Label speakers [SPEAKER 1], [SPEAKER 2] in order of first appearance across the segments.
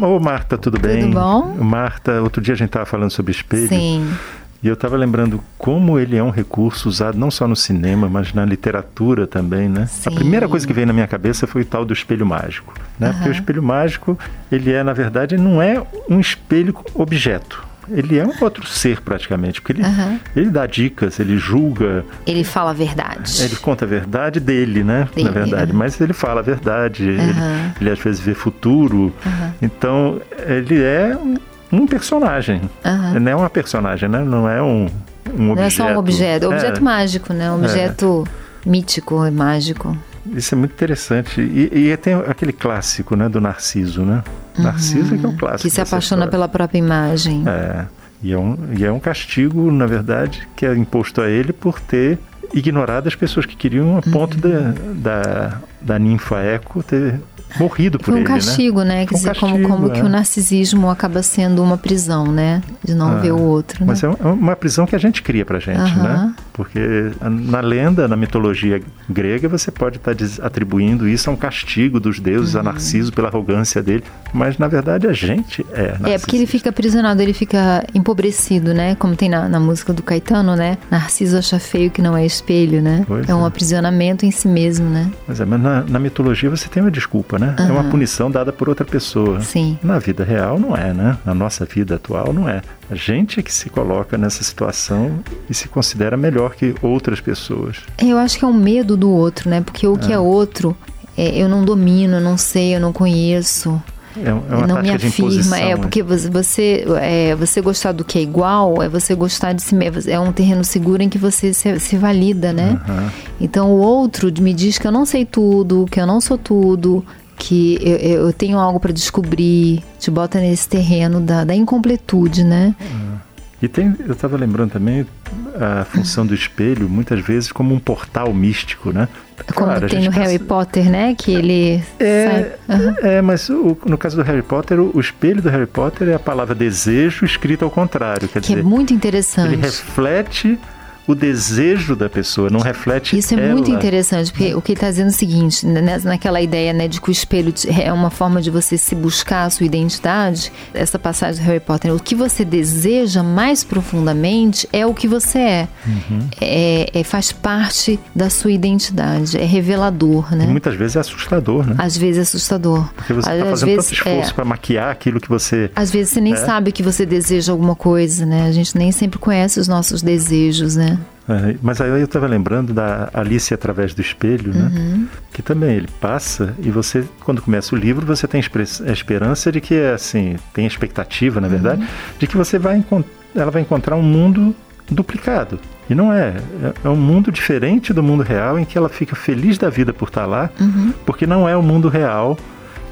[SPEAKER 1] Ô, Marta, tudo, bem?
[SPEAKER 2] bom?
[SPEAKER 1] Marta, outro dia a gente estava falando sobre espelho.
[SPEAKER 2] Sim.
[SPEAKER 1] E eu estava lembrando como ele é um recurso usado não só no cinema, mas na literatura também, né? A
[SPEAKER 2] Sim.
[SPEAKER 1] primeira coisa que veio na minha cabeça foi o tal do espelho mágico, né? Porque o espelho mágico, ele é, na verdade, não é um espelho objeto. Ele é um outro ser, praticamente, porque ele,
[SPEAKER 2] Aham.
[SPEAKER 1] ele dá dicas, ele julga,
[SPEAKER 2] Ele fala a verdade.
[SPEAKER 1] ele conta a verdade dele, né?
[SPEAKER 2] Dele,
[SPEAKER 1] Na verdade,
[SPEAKER 2] aham.
[SPEAKER 1] mas ele fala a verdade, ele,
[SPEAKER 2] Aham.
[SPEAKER 1] ele às vezes vê futuro. Então, ele é um- um personagem.
[SPEAKER 2] Aham.
[SPEAKER 1] Não é uma personagem, né? Não é um, um
[SPEAKER 2] Não é
[SPEAKER 1] objeto.
[SPEAKER 2] só um objeto.
[SPEAKER 1] É,
[SPEAKER 2] Objeto mágico, né? Objeto mítico e mágico.
[SPEAKER 1] Isso é muito interessante. E, e tem aquele clássico, né? Do Narciso, né? Narciso é que é o clássico.
[SPEAKER 2] Que se
[SPEAKER 1] dessa
[SPEAKER 2] apaixona
[SPEAKER 1] história.
[SPEAKER 2] pela própria imagem.
[SPEAKER 1] É. E é, um, e é um castigo, na verdade, que é imposto a ele por ter ignorado as pessoas que queriam, a ponto da, da, da ninfa Eco ter morrido por
[SPEAKER 2] Foi um
[SPEAKER 1] ele,
[SPEAKER 2] castigo, né? Quer
[SPEAKER 1] Foi um
[SPEAKER 2] dizer, como,
[SPEAKER 1] castigo,
[SPEAKER 2] como que
[SPEAKER 1] é.
[SPEAKER 2] o narcisismo acaba sendo uma prisão, né? De não
[SPEAKER 1] É.
[SPEAKER 2] ver o outro.
[SPEAKER 1] Mas
[SPEAKER 2] né?
[SPEAKER 1] é um- é uma prisão que a gente cria pra gente, né?
[SPEAKER 2] Aham.
[SPEAKER 1] Porque na lenda, na mitologia grega, você pode estar atribuindo isso a um castigo dos deuses,
[SPEAKER 2] Uhum.
[SPEAKER 1] a Narciso pela arrogância dele, mas na verdade a gente é
[SPEAKER 2] É, porque ele
[SPEAKER 1] narcisista.
[SPEAKER 2] fica aprisionado, ele fica empobrecido, né? Como tem na, na música do Caetano, né? Narciso acha feio que não é espelho, né?
[SPEAKER 1] Pois
[SPEAKER 2] é um
[SPEAKER 1] é.
[SPEAKER 2] aprisionamento em si mesmo, né?
[SPEAKER 1] Mas, é, mas na, na mitologia você tem uma desculpa, né? É uma punição dada por outra pessoa.
[SPEAKER 2] Sim.
[SPEAKER 1] Na vida real não é, né? Na nossa vida atual não é. A gente é que se coloca nessa situação e se considera melhor que outras pessoas.
[SPEAKER 2] Eu acho que é um medo do outro, né? Porque o que é outro, é, eu não domino, eu não sei, eu não conheço.
[SPEAKER 1] É, um- é uma
[SPEAKER 2] não me
[SPEAKER 1] tática de imposição. né?
[SPEAKER 2] afirma. É, porque você, você, é, você gostar do que é igual é você gostar de si mesmo. É um terreno seguro em que você se, se valida, né?
[SPEAKER 1] Aham.
[SPEAKER 2] Então o outro me diz que eu não sei tudo, que eu não sou tudo, que eu, eu- eu tenho algo pra descobrir. Te bota nesse terreno da, da incompletude, né?
[SPEAKER 1] E tem, eu estava lembrando também a função do espelho, muitas vezes, como um portal místico, né?
[SPEAKER 2] Como
[SPEAKER 1] Claro, a
[SPEAKER 2] tem
[SPEAKER 1] gente tá
[SPEAKER 2] no
[SPEAKER 1] pensa-
[SPEAKER 2] Harry Potter, né? Que ele
[SPEAKER 1] É,
[SPEAKER 2] sai-
[SPEAKER 1] é, mas o- no caso do Harry Potter, o, o espelho do Harry Potter é a palavra desejo escrita ao contrário. Quer
[SPEAKER 2] Que é
[SPEAKER 1] dizer,
[SPEAKER 2] muito
[SPEAKER 1] ele
[SPEAKER 2] interessante.
[SPEAKER 1] reflete o desejo da pessoa, não reflete
[SPEAKER 2] Isso é muito
[SPEAKER 1] ela.
[SPEAKER 2] interessante, porque o que ele está dizendo é o seguinte, né, naquela ideia né, de que o espelho te- é uma forma de você se buscar a sua identidade, essa passagem do Harry Potter, né, o que você deseja mais profundamente é o que você é.
[SPEAKER 1] Uhum.
[SPEAKER 2] É, é- faz parte da sua identidade, é revelador,
[SPEAKER 1] E
[SPEAKER 2] né?
[SPEAKER 1] muitas vezes é assustador, né?
[SPEAKER 2] Às vezes é assustador.
[SPEAKER 1] Porque você está
[SPEAKER 2] às
[SPEAKER 1] fazendo
[SPEAKER 2] vezes,
[SPEAKER 1] tanto esforço
[SPEAKER 2] é,
[SPEAKER 1] para maquiar aquilo que você...
[SPEAKER 2] às vezes você nem
[SPEAKER 1] né?
[SPEAKER 2] sabe que você deseja alguma coisa, né? A gente nem sempre conhece os nossos desejos, né?
[SPEAKER 1] É, mas aí eu estava lembrando da Alice através do espelho, né? Que também ele passa e você, quando começa o livro, você tem expre- a esperança de que, assim, tem a expectativa, na verdade, de que você vai encon- ela vai encontrar um mundo duplicado. E não é. É- É um mundo diferente do mundo real em que ela fica feliz da vida por estar lá, porque não é o mundo real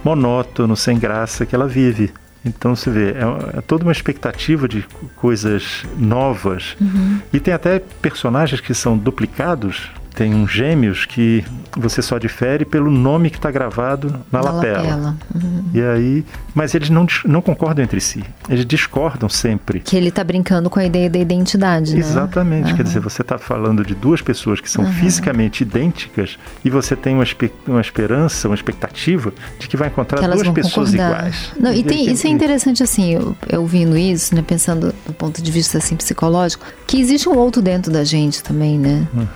[SPEAKER 1] monótono, sem graça que ela vive. Então você vê, é, é toda uma expectativa de co- coisas novas.
[SPEAKER 2] Uhum.
[SPEAKER 1] E tem até personagens que são duplicados, tem uns gêmeos que você só difere pelo nome que está gravado na,
[SPEAKER 2] Na
[SPEAKER 1] lapela.
[SPEAKER 2] lapela. Uhum.
[SPEAKER 1] E aí, mas eles não, dis- não concordam entre si. Eles discordam sempre.
[SPEAKER 2] Que ele tá brincando com a ideia da identidade, né?
[SPEAKER 1] Exatamente, quer dizer, você está falando de duas pessoas que são fisicamente idênticas e você tem uma, espe- uma esperança, uma expectativa de que vai encontrar
[SPEAKER 2] que elas
[SPEAKER 1] duas
[SPEAKER 2] vão
[SPEAKER 1] pessoas
[SPEAKER 2] concordar.
[SPEAKER 1] iguais.
[SPEAKER 2] Não, e
[SPEAKER 1] Quer dizer,
[SPEAKER 2] tem,
[SPEAKER 1] que-
[SPEAKER 2] isso é interessante, assim, eu, eu ouvindo isso, né, pensando do ponto de vista assim, psicológico, que existe um outro dentro da gente também, né?
[SPEAKER 1] Uhum.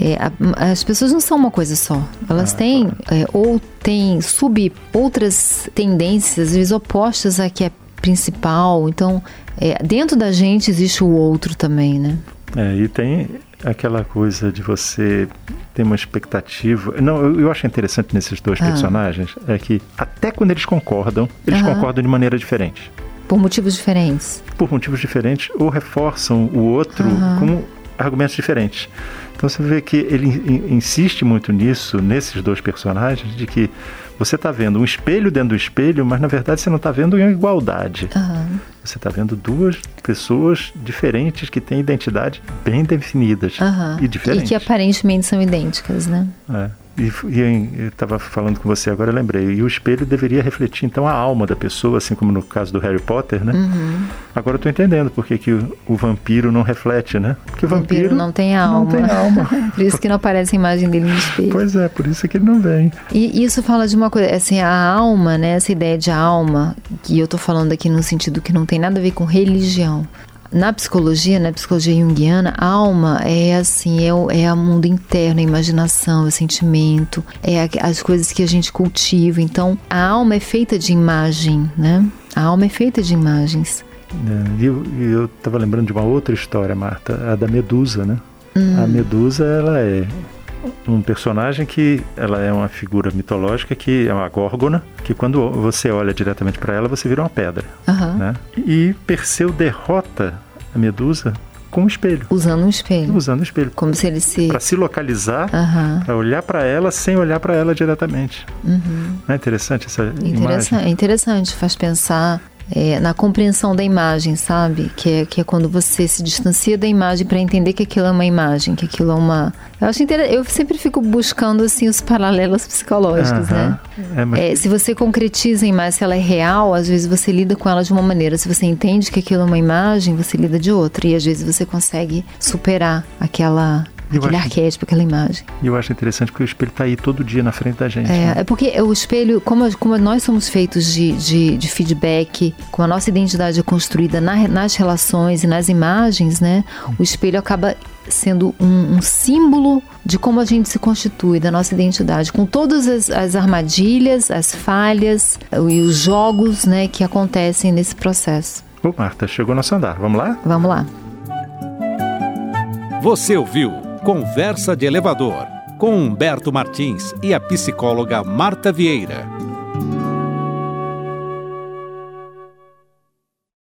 [SPEAKER 2] É, a- as pessoas não são uma coisa só. Elas
[SPEAKER 1] Ah,
[SPEAKER 2] têm é, ou têm sub outras tendências, às vezes opostas à que é principal. Então, é, dentro da gente existe o outro também, né?
[SPEAKER 1] É, e tem aquela coisa de você ter uma expectativa. Não, eu, eu acho interessante nesses
[SPEAKER 2] Ah.
[SPEAKER 1] dois personagens é que até quando eles concordam, eles
[SPEAKER 2] Aham.
[SPEAKER 1] concordam de maneira diferente.
[SPEAKER 2] Por motivos diferentes.
[SPEAKER 1] Por motivos diferentes ou reforçam o outro com argumentos diferentes. Então você vê que ele in- insiste muito nisso, nesses dois personagens, de que você está vendo um espelho dentro do espelho, mas na verdade você não está vendo uma igualdade.
[SPEAKER 2] Aham.
[SPEAKER 1] Você está vendo duas pessoas diferentes que têm identidade bem definidas
[SPEAKER 2] Aham.
[SPEAKER 1] e diferentes.
[SPEAKER 2] E que aparentemente são idênticas, né?
[SPEAKER 1] É. E, e estava falando com você agora, eu lembrei. E o espelho deveria refletir, então, a alma da pessoa, assim como no caso do Harry Potter, né?
[SPEAKER 2] Uhum.
[SPEAKER 1] Agora eu estou entendendo por que, que o, o vampiro não reflete, né? Porque o
[SPEAKER 2] O vampiro,
[SPEAKER 1] vampiro,
[SPEAKER 2] não tem
[SPEAKER 1] não
[SPEAKER 2] alma.
[SPEAKER 1] tem alma.
[SPEAKER 2] por isso que não aparece a imagem dele no espelho.
[SPEAKER 1] Pois é, por isso que ele não vem.
[SPEAKER 2] E isso fala de uma coisa, assim, a alma, né? Essa ideia de alma, que eu tô falando aqui num sentido que não tem nada a ver com religião. Na psicologia, na psicologia junguiana, a alma é assim, é o é o mundo interno, é a imaginação, é o sentimento, é a- as coisas que a gente cultiva. Então, a alma é feita de imagem, né? A alma é feita de imagens.
[SPEAKER 1] É, E eu- e eu estava lembrando de uma outra história, Marta, a da Medusa, né?
[SPEAKER 2] Hum.
[SPEAKER 1] A Medusa, ela é um personagem que ela é uma figura mitológica que é uma górgona, que quando você olha diretamente para ela, você vira uma pedra,
[SPEAKER 2] Aham.
[SPEAKER 1] né? E Perseu derrota a Medusa com um espelho,
[SPEAKER 2] Usando um espelho.
[SPEAKER 1] usando o espelho
[SPEAKER 2] Como se ele se.
[SPEAKER 1] para se localizar,
[SPEAKER 2] Aham.
[SPEAKER 1] para olhar para ela sem olhar para ela diretamente. Não é interessante essa imagem?
[SPEAKER 2] Uhum. Interessante, é interessante, faz pensar é, na compreensão da imagem, sabe? Que é, que é quando você se distancia da imagem para entender que aquilo é uma imagem, que aquilo é uma. Eu acho interessante, eu sempre fico buscando assim os paralelos psicológicos, né?
[SPEAKER 1] Aham. É, mas
[SPEAKER 2] É, se você concretiza a imagem, se ela é real, às vezes você lida com ela de uma maneira. Se você entende que aquilo é uma imagem, você lida de outra. E às vezes você consegue superar aquela,
[SPEAKER 1] Eu
[SPEAKER 2] aquele
[SPEAKER 1] acho-
[SPEAKER 2] arquétipo, aquela imagem.
[SPEAKER 1] eu acho interessante porque o espelho está aí todo dia na frente da gente. né?
[SPEAKER 2] É, é porque o espelho, como, como nós somos feitos de, de, de feedback, como a nossa identidade é construída na- nas relações e nas imagens, né? O espelho acaba sendo um, um símbolo de como a gente se constitui, da nossa identidade, com todas as, as armadilhas, as falhas eh, e os jogos, né, que acontecem nesse processo.
[SPEAKER 1] Ô, Marta, chegou nosso andar. Vamos lá?
[SPEAKER 2] Vamos lá.
[SPEAKER 3] Você ouviu Conversa de Elevador com Humberto Martins e a psicóloga Marta Vieira.